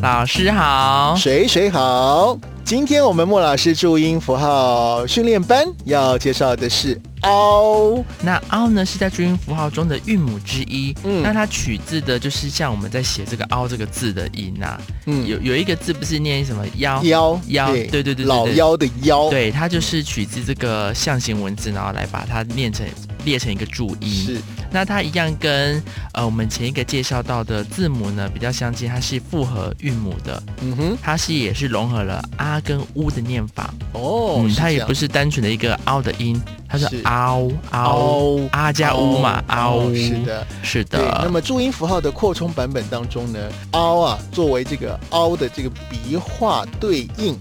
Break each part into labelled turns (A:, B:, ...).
A: 老师好，
B: 谁谁好？今天我们莫老师注音符号训练班要介绍的是“凹
A: 那凹呢是在注音符号中的韵母之一，
B: 嗯
A: 那它取自的就是像我们在写这个凹这个字的音啊，”，
B: 嗯，
A: 有有一个字不是念什么腰，
B: 腰
A: 哦腰对对对对
B: 老
A: 对
B: 腰的腰，
A: 对，它就是取自这个象形文字，然后来把它念成列成一个注音。
B: 是
A: 那它一样跟呃我们前一个介绍到的字母呢比较相近，它是复合韵母的，
B: 嗯哼，
A: 它是也是融合了啊跟乌的念法，
B: 哦，
A: 嗯，
B: 是
A: 它
B: 这
A: 也
B: 样
A: 不是单纯的一个凹的音，它是
B: 是
A: 凹凹
B: 凹
A: 啊加乌嘛，凹
B: 凹是，的，
A: 是
B: 对。那
A: 的，
B: 么注音符号的扩充版本当中呢，凹啊作为这个凹的这个笔画对应，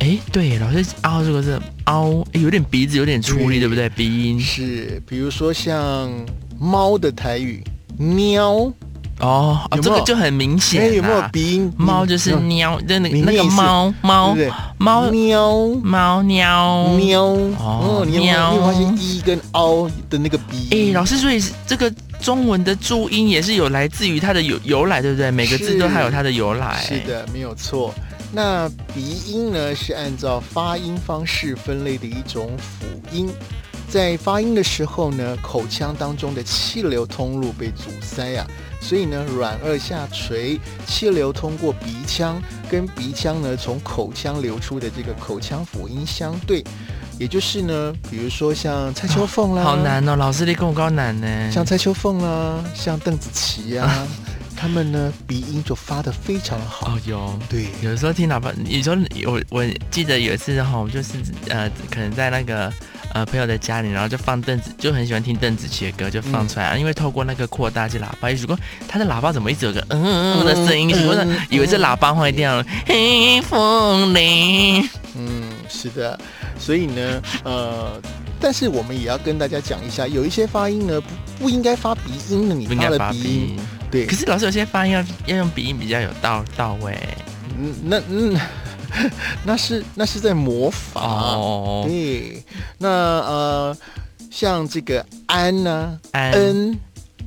A: 哎，对，老师凹这个字凹，诶有点鼻子有点出力，
B: 对
A: 对不对？鼻音
B: 是比如说像猫的台语喵，
A: 哦，哦
B: 有没有
A: 这个就很明显
B: 哎
A: 啊，
B: 有没有鼻音？
A: 猫就是
B: 嗯
A: 喵，那那个
B: 你
A: 那
B: 念
A: 个
B: 一次
A: 猫猫
B: 对
A: 猫
B: 不对？喵。
A: 猫喵。
B: 喵，
A: 哦
B: 哦，你有没有
A: 喵
B: 你有没有发现一跟凹的那个鼻
A: 哎、
B: 音？
A: 老师，所以这个中文的注音也是有来自于它的由由来，对不对？每个字
B: 是
A: 都它有它的由来。
B: 是，的，没有错。那鼻音呢，是按照发音方式分类的一种辅音。在发音的时候呢，口腔当中的气流通路被阻塞啊，所以呢，软腭下垂，气流通过鼻腔，跟鼻腔呢从口腔流出的这个口腔辅音相对，也就是呢，比如说像蔡秋凤啦，
A: 好难哦，老师你跟我高难呢。
B: 像蔡秋凤啦、像邓紫 棋啊，他们呢鼻音就发得非常好。
A: 哦有。
B: 对，
A: 有时候听老爸，有时候我我记得有一次哈，我就是呃，可能在那个呃朋友的家里，然后就放邓紫，就很喜欢听邓紫棋的歌，就放出来，因为透过那个扩大器喇叭，一直说他的喇叭怎么一直有个嗯嗯嗯的声音，
B: 嗯
A: 我想
B: 嗯
A: 以为是喇叭坏掉了，黑风铃。
B: 嗯，是的，所以呢，呃，但是我们也要跟大家讲一下，有一些发音呢不不应该发鼻音的，你
A: 不应
B: 发
A: 该
B: 了
A: 发
B: 鼻
A: 鼻
B: 音，
A: 音。
B: 对
A: 可，是老师有些发音要要用鼻音比较有到到位
B: 嗯那嗯，那是那是在模仿。
A: 哦。
B: 对，那呃，像这个安呢、
A: 安
B: 嗯、
A: 嗯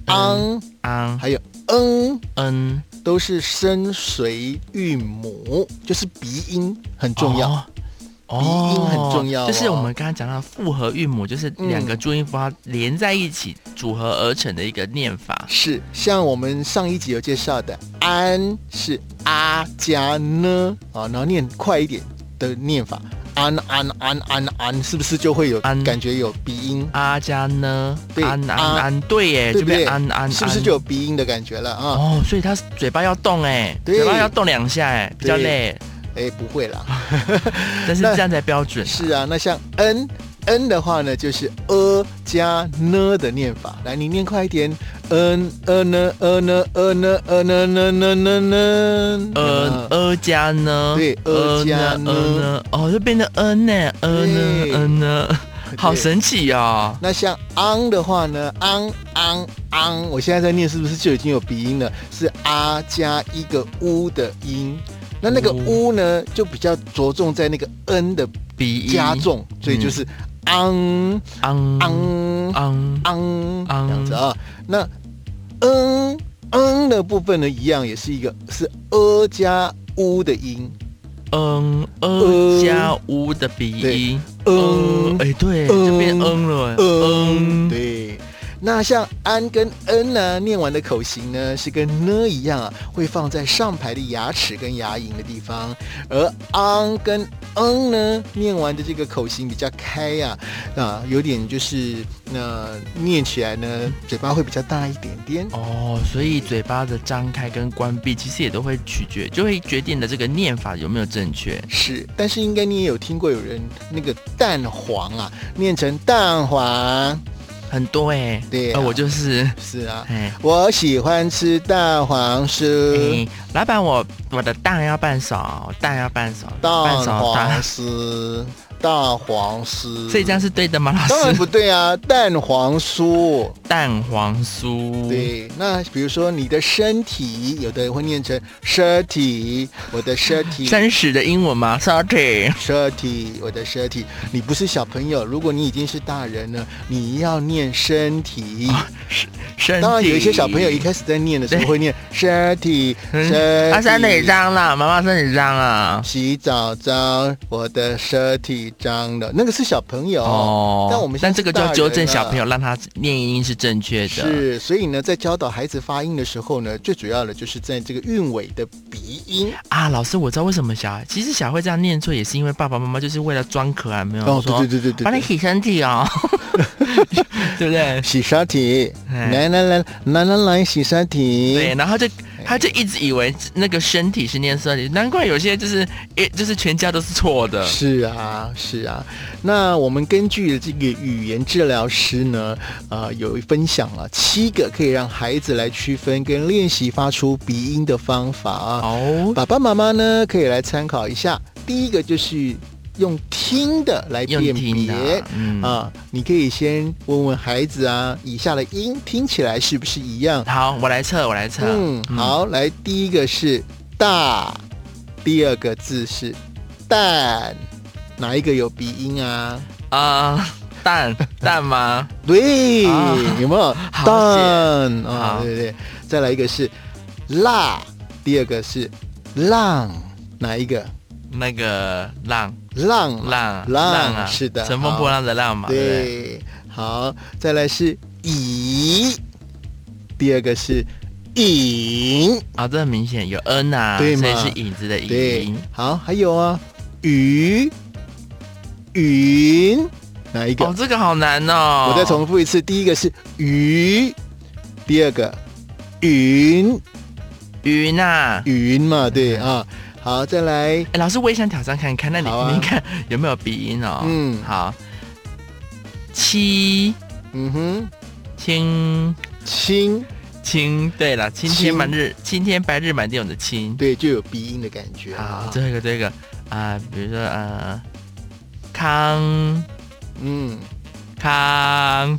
B: 昂、
A: 安
B: 还有嗯。
A: 嗯
B: 都是声随韵母，就是鼻音很重要。
A: 哦
B: 鼻音很
A: 哦
B: 重要哦
A: 就是我们刚刚讲到复合韵母，就是两个注音符号连在一起组合而成的一个念法。
B: 是像我们上一集有介绍的，安是啊加呢啊，然后念快一点的念法，安安安安安，是不是就会有
A: 安
B: 感觉有鼻音？
A: 阿加呢？
B: 对
A: 安安
B: 啊
A: 安，对耶，这
B: 对不对
A: 边哎安安，
B: 是不是
A: 安
B: 就有鼻音的感觉了啊？
A: 哦？所以它嘴巴要动哎，
B: 对
A: 嘴巴要动两下哎，比较累，
B: 哎，不会啦，
A: 但是
B: 那
A: 这样才标准。
B: 是啊，那像嗯嗯的话呢，就是呃加呢的念法。来，你念快一点，嗯呃呢呃呢呃呢呃呢呢呢呢呢，
A: 呃，呃加呢？
B: 嗯对
A: 呃
B: 呃加呢
A: 呃呢？哦，就变成呃呢，呃呢，
B: 对
A: 呃呢，好神奇哦！
B: 那像昂的话呢，昂昂昂，我现在在念是不是就已经有鼻音了？是啊加一个乌的音。那那个
A: 乌
B: 乌呢，就比较着重在那个嗯的
A: 鼻音嗯
B: 加重，所以就是昂
A: 昂
B: 昂
A: 昂
B: 昂
A: 昂
B: 这样子啊。那嗯嗯的部分呢，一样也是一个是呃加乌的音，
A: 嗯呃加乌的鼻音，
B: 嗯
A: 呃哎对，
B: 嗯
A: 就变嗯了，
B: 嗯，
A: 嗯，
B: 对。那像安跟恩呢，念完的口型呢是跟呢一样啊，会放在上排的牙齿跟牙龈的地方；而昂跟嗯呢，念完的这个口型比较开呀、啊，啊，有点就是那、念起来呢，嘴巴会比较大一点点。
A: 哦，所以嘴巴的张开跟关闭其实也都会取决，就会决定的这个念法有没有正确。
B: 是，但是应该你也有听过有人那个蛋黄啊，念成蛋黄，
A: 很多哎，
B: 对啊
A: 呃我就是，
B: 是啊，呃
A: 哎
B: 我喜欢吃蛋黄酥。
A: 哎，老板我我的蛋要半勺，蛋要半勺，半
B: 蛋
A: 勺
B: 黄
A: 蛋，
B: 丝，蛋黄丝，
A: 所以这样是对的吗？老
B: 当然
A: 师，
B: 不对啊！蛋黄酥，
A: 蛋黄酥。，
B: 对，那比如说你的身体，有的人会念成身体，我的身体，
A: 真实的英文吗 s o r y
B: 身体，我的身体。你不是小朋友，如果你已经是大人了，你要念身体。
A: 身体。
B: 当然，有一些小朋友一开始在念的时候
A: 对
B: 会念身体，身
A: 嗯，啊，身体
B: 体。
A: 脏了，妈妈身体脏了。
B: 洗澡脏，我的身体脏了，那个是小朋友。
A: 哦，
B: 但我们现在
A: 但这个就要纠正
B: 是大人了
A: 小朋友，让他念音是正确的。
B: 是，所以呢，在教导孩子发音的时候呢，最主要的就是在这个韵尾的鼻音。
A: 啊，老师，我知道为什么小孩其实小孩会这样念错，也是因为爸爸妈妈就是为了装可爱，没有
B: 哦，
A: 说
B: 对对对对对
A: 把你
B: 对，
A: 洗身体哦， 对不对？
B: 洗身体，
A: 哎
B: 来来来来来来洗身体。
A: 对，然后就他就一直以为那个身体是念身体，难怪有些就是诶，就是全家都是错的。
B: 是啊，是啊。那我们根据这个语言治疗师呢，呃，有分享了七个可以让孩子来区分跟练习发出鼻音的方法啊。
A: 哦，
B: 爸爸妈妈呢可以来参考一下。第一个就是用听的来
A: 用
B: 辨
A: 听
B: 别。
A: 的，嗯，
B: 啊，你可以先问问孩子啊，以下的音听起来是不是一样？
A: 好，我来测，我来测，
B: 嗯，好，来，第一个是大，第二个字是蛋，哪一个有鼻音啊？
A: 啊，蛋蛋吗？
B: 对，
A: 啊
B: 有没有
A: 好
B: 蛋啊？
A: 好
B: 对不对？再来一个是辣，第二个是浪，哪一个？
A: 那个浪
B: 浪嘛
A: 浪
B: 浪
A: 啊，
B: 是的
A: 乘风破浪的浪嘛，对不对。
B: 对，好，再来是乙，第二个是影，
A: 啊，这很明显有 n 啊，
B: 对
A: 所以
B: 嘛
A: 是影子的
B: 对
A: 影。，
B: 好，还有啊，鱼，云，哪一个？
A: 哦，这个好难哦。
B: 我再重复一次，第一个是鱼，第二个云，
A: 云啊。
B: 云嘛，对啊，好，再来，
A: 哎，老师，我也想挑战看看，那你、
B: 好啊
A: 你看有没有鼻音哦？
B: 嗯
A: 好。七
B: 嗯哼，
A: 青
B: 青，
A: 青，对了，青天
B: 青
A: 满日，青天白日满地红的青。
B: 对，就有鼻音的感觉
A: 好
B: 啊，，
A: 最后一个，最后一个啊、比如说呃，康
B: 嗯，
A: 康，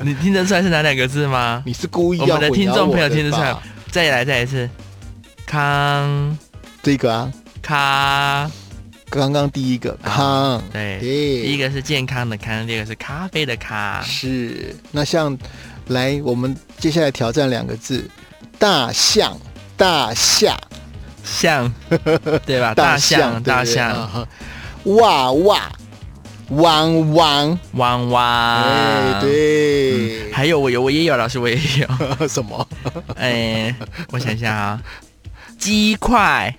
A: 你听得出来是哪两个字吗？
B: 你是故意
A: 我
B: 要
A: 们的
B: 混
A: 听
B: 淆
A: 众朋友
B: 我的
A: 听得出来
B: 吧，
A: 再来再一次，康
B: 这个啊，
A: 咖，
B: 刚刚第一个康。
A: 对，
B: 对，
A: 第一个是健康的康，第二个是咖啡的咖，
B: 是，那像来，我们接下来挑战两个字：大象，大象，
A: 象，对吧？啊大象，
B: 对
A: 大
B: 不对啊
A: 象，
B: 哈哇哇，汪汪，
A: 汪
B: 哎
A: 汪，，
B: 对，
A: 还有我有我也有，老师我也有，
B: 什么？
A: 哎，我想一下啊，鸡块，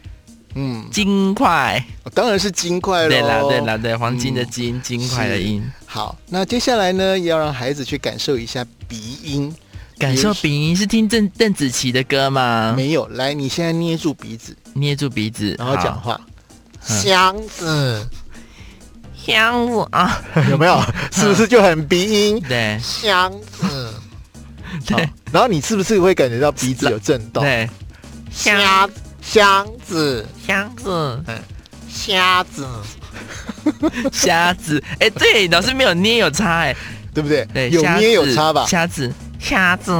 B: 嗯，
A: 金块，
B: 当然是金块喽。
A: 对啦对啦对，黄金的
B: 嗯
A: 金，金块的
B: 是
A: 银，
B: 好，那接下来呢，要让孩子去感受一下鼻音。
A: 感受鼻音是听邓邓紫棋的歌吗？
B: 没有，来，你现在捏住鼻子，
A: 捏住鼻子，
B: 然后讲
A: 好
B: 话。
A: 嗯
B: 箱 子
A: 香我啊，
B: 有没有？ 是不是就很鼻音？
A: 对
B: 箱子。好
A: 对，
B: 然后你是不是会感觉到鼻子有震动？
A: 对，
B: 箱箱子
A: 箱子。
B: 虾子，
A: 瞎子，哎、对，老师没有捏有擦、哎，
B: 对不对？
A: 对，
B: 有
A: 瞎
B: 捏有
A: 子
B: 差吧？
A: 瞎子，瞎 子，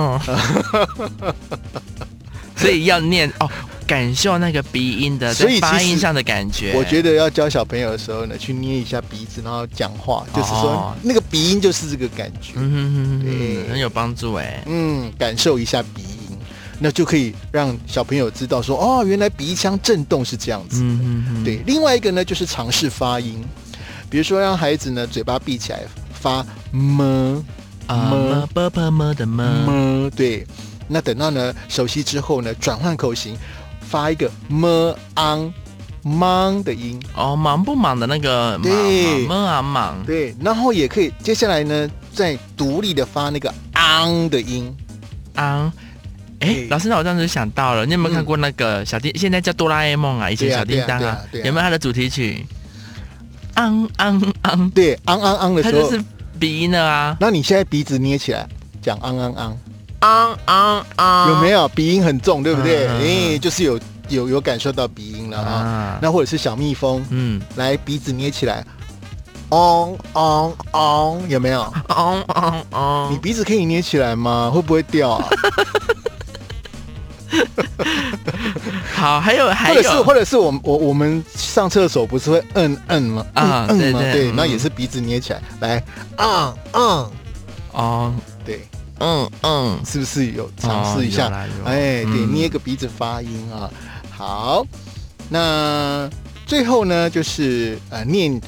A: 所以要念哦，感受那个鼻音的，
B: 所以
A: 在发
B: 其实
A: 音上的感觉。
B: 我觉得要教小朋友的时候呢，去捏一下鼻子，然后讲话，就是说
A: 哦
B: 那个鼻音就是这个感觉。
A: 嗯哼哼哼
B: 对
A: 哼，很有帮助哎。
B: 嗯，感受一下鼻音，那就可以让小朋友知道说，哦，原来鼻腔震动是这样子。
A: 嗯哼哼，
B: 对，另外一个呢就是尝试发音，比如说让孩子呢嘴巴闭起来发么。
A: 啊，么啵啵么的么，
B: 么，对。那等到呢熟悉之后呢，转换口型，发一个么昂忙的音，
A: 哦，忙不忙的那个忙
B: 对
A: 忙么啊忙，
B: 对。然后也可以接下来呢，再独立的发那个昂的音，
A: 昂。哎
B: 对，
A: 老师，那我当时想到了，你有没有看
B: 嗯
A: 过那个小叮？现在叫哆啦 A 梦啊，以前
B: 对啊
A: 小叮当
B: 对
A: 啊
B: 啊，对啊对啊
A: 有没有它的主题曲？昂昂昂，
B: 对，昂昂昂的
A: 它
B: 时
A: 就
B: 候，
A: 是鼻音了啊，
B: 那你现在鼻子捏起来。讲昂昂昂，
A: 昂昂昂，
B: 有没有鼻音很重，对不对？
A: 嗯嗯嗯
B: 诶，就是有有有感受到鼻音了啊。
A: 啊？
B: 那或者是小蜜蜂，
A: 嗯，
B: 来鼻子捏起来，昂昂昂，有没有？
A: 哦哦
B: 你
A: 哦，
B: 鼻子可以捏起来吗？会不会掉啊？
A: 好，还有还
B: 或者是
A: 有，
B: 或者是我们我我们上厕所不是会摁摁吗？
A: 啊
B: 摁
A: 对
B: 摁吗？
A: 对
B: 对，
A: 嗯
B: 那也是鼻子捏起来，来，嗯嗯，
A: 哦，
B: 对，
A: 嗯嗯，
B: 是不是有尝试一
A: 哦有
B: 下？
A: 啦有
B: 哎，对，
A: 嗯
B: 捏个鼻子发音啊。好，那最后呢，就是呃，念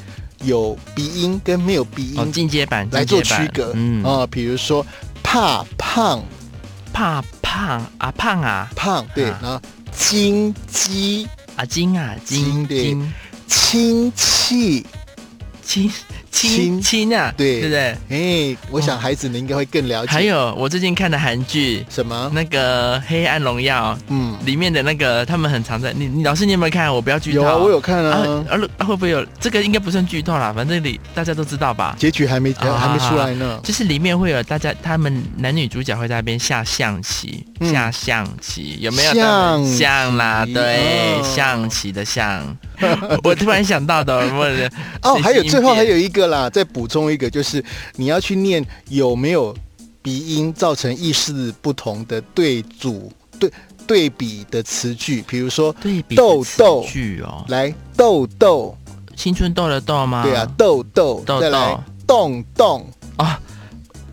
B: 有鼻音跟没有鼻
A: 哦，
B: 音
A: 进阶版
B: 来
A: 进
B: 做
A: 阶版
B: 区隔
A: 嗯，
B: 啊，比如说怕胖
A: 怕胖啊胖啊
B: 胖，对，
A: 啊
B: 然后金鸡
A: 啊金啊
B: 金
A: 金
B: 对
A: 金
B: 亲戚。
A: 亲
B: 亲
A: 亲亲啊，
B: 对
A: 对不对？
B: 哎，我想
A: 哦
B: 孩子呢应该会更了解。
A: 还有我最近看的韩剧。
B: 什么？
A: 那个《黑暗荣耀》
B: 嗯，
A: 里面的那个，他们很常在你你老师你有没有看？我不要剧透。
B: 有啊，我有看啊，
A: 啊，啊会不会有这个？应该不算剧透啦，反正里大家都知道吧。
B: 结局还没还
A: 啊
B: 还没出来呢。
A: 就是里面会有大家，他们男女主角会在那边下象棋，
B: 嗯
A: 下象棋有没有？
B: 象棋
A: 象啦，对，
B: 哦
A: 象棋的象。 我突然想到的，我的
B: 哦，还有
A: 神经
B: 最后还
A: 病
B: 有一个啦，再补充一个，就是你要去念有没有鼻音造成意识不同的对组对对比的词句，比如说
A: 对比
B: 豆豆
A: 剧哦，
B: 来豆豆，
A: 青春痘的痘吗？
B: 对啊，豆豆，
A: 豆
B: 再来
A: 豆
B: 洞洞，
A: 啊，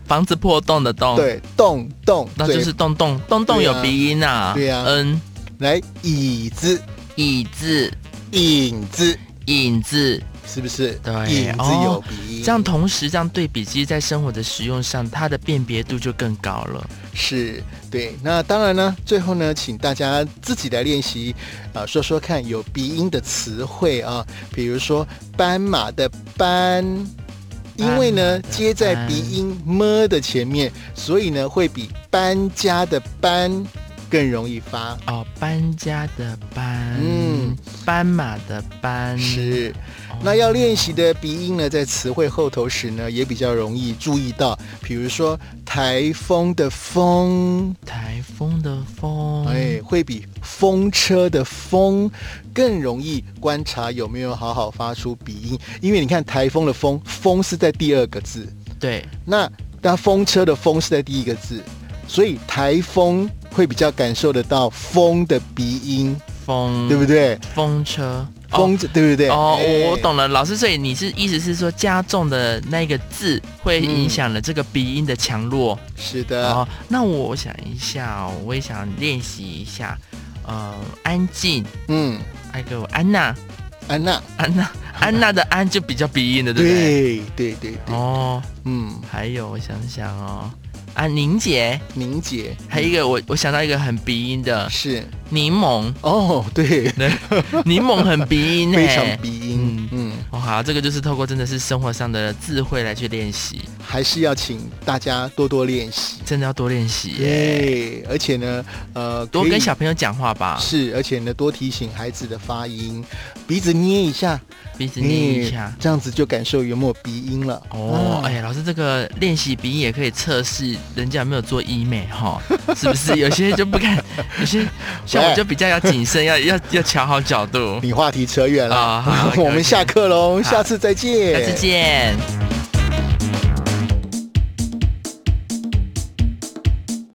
A: 房子破洞的洞，，
B: 对洞洞，
A: 哦那
B: 对
A: 就是洞洞洞洞有
B: 对啊
A: 鼻音啊，
B: 对啊
A: 嗯，
B: 来椅子
A: 椅子
B: 影子，
A: 影子，
B: 是不是？
A: 对
B: 影子
A: 哦
B: 有鼻音，
A: 这样同时这样对比，其实在生活的使用上，它的辨别度就更高了。
B: 是对，那当然呢，最后呢，请大家自己来练习，啊、说说看有鼻音的词汇啊，比如说斑马的斑，因为
A: 斑
B: 呢
A: 马的
B: 接在
A: 斑
B: 鼻音么的前面，所以呢会比搬家的搬更容易发。
A: 哦，搬家的搬，
B: 嗯
A: 嗯，斑马的斑，
B: 是，
A: 哦
B: 那要练习的鼻音呢，在词汇后头时呢，也比较容易注意到，比如说台风的风，
A: 台风的风，
B: 哎，会比风车的风更容易观察有没有好好发出鼻音，因为你看台风的风，风是在第二个字，
A: 对，
B: 那那风车的风是在第一个字，所以台风会比较感受得到风的鼻音，
A: 风，
B: 对不对？
A: 风车，哦
B: 风、对不对？
A: 哦，
B: 哎
A: 我我。懂了，老师，所以你是意思是说加重的那个字会
B: 嗯
A: 影响了这个鼻音的强弱。
B: 是的，
A: 哦，那我想一下、哦，我也想练习一下，呃，安静，
B: 嗯，
A: 还有安娜，
B: 安娜，
A: 安娜，安娜的安就比较鼻音的，对不对？
B: 对对对对，
A: 哦，
B: 嗯，
A: 还有我想想哦，啊，宁姐，
B: 宁姐
A: 还有一个我我想到一个很鼻音的
B: 是
A: 柠檬，
B: 哦，对，
A: 对柠檬很鼻音、欸，
B: 非常鼻音，嗯
A: 哦，好，这个就是透过真的是生活上的智慧来去练习，
B: 还是要请大家多多练习。
A: 真的要多练习耶，
B: 耶！而且呢，呃，
A: 多
B: 可以
A: 跟小朋友讲话吧，
B: 是，而且呢，多提醒孩子的发音，鼻子捏一下，
A: 鼻子捏一
B: 哎
A: 下。
B: 这样子就感受有没有鼻音了。
A: 哦，
B: 啊
A: 哎、老师，这个练习鼻音也可以测试人家有没有做医美哈，是不是？有些就不敢，有些像我就比较要谨慎，要要要调好角 度。
B: 你话题扯远了，
A: 啊好
B: 我
A: 可
B: 们
A: 以
B: 下课喽，
A: 好
B: 下次再见，
A: 下次见。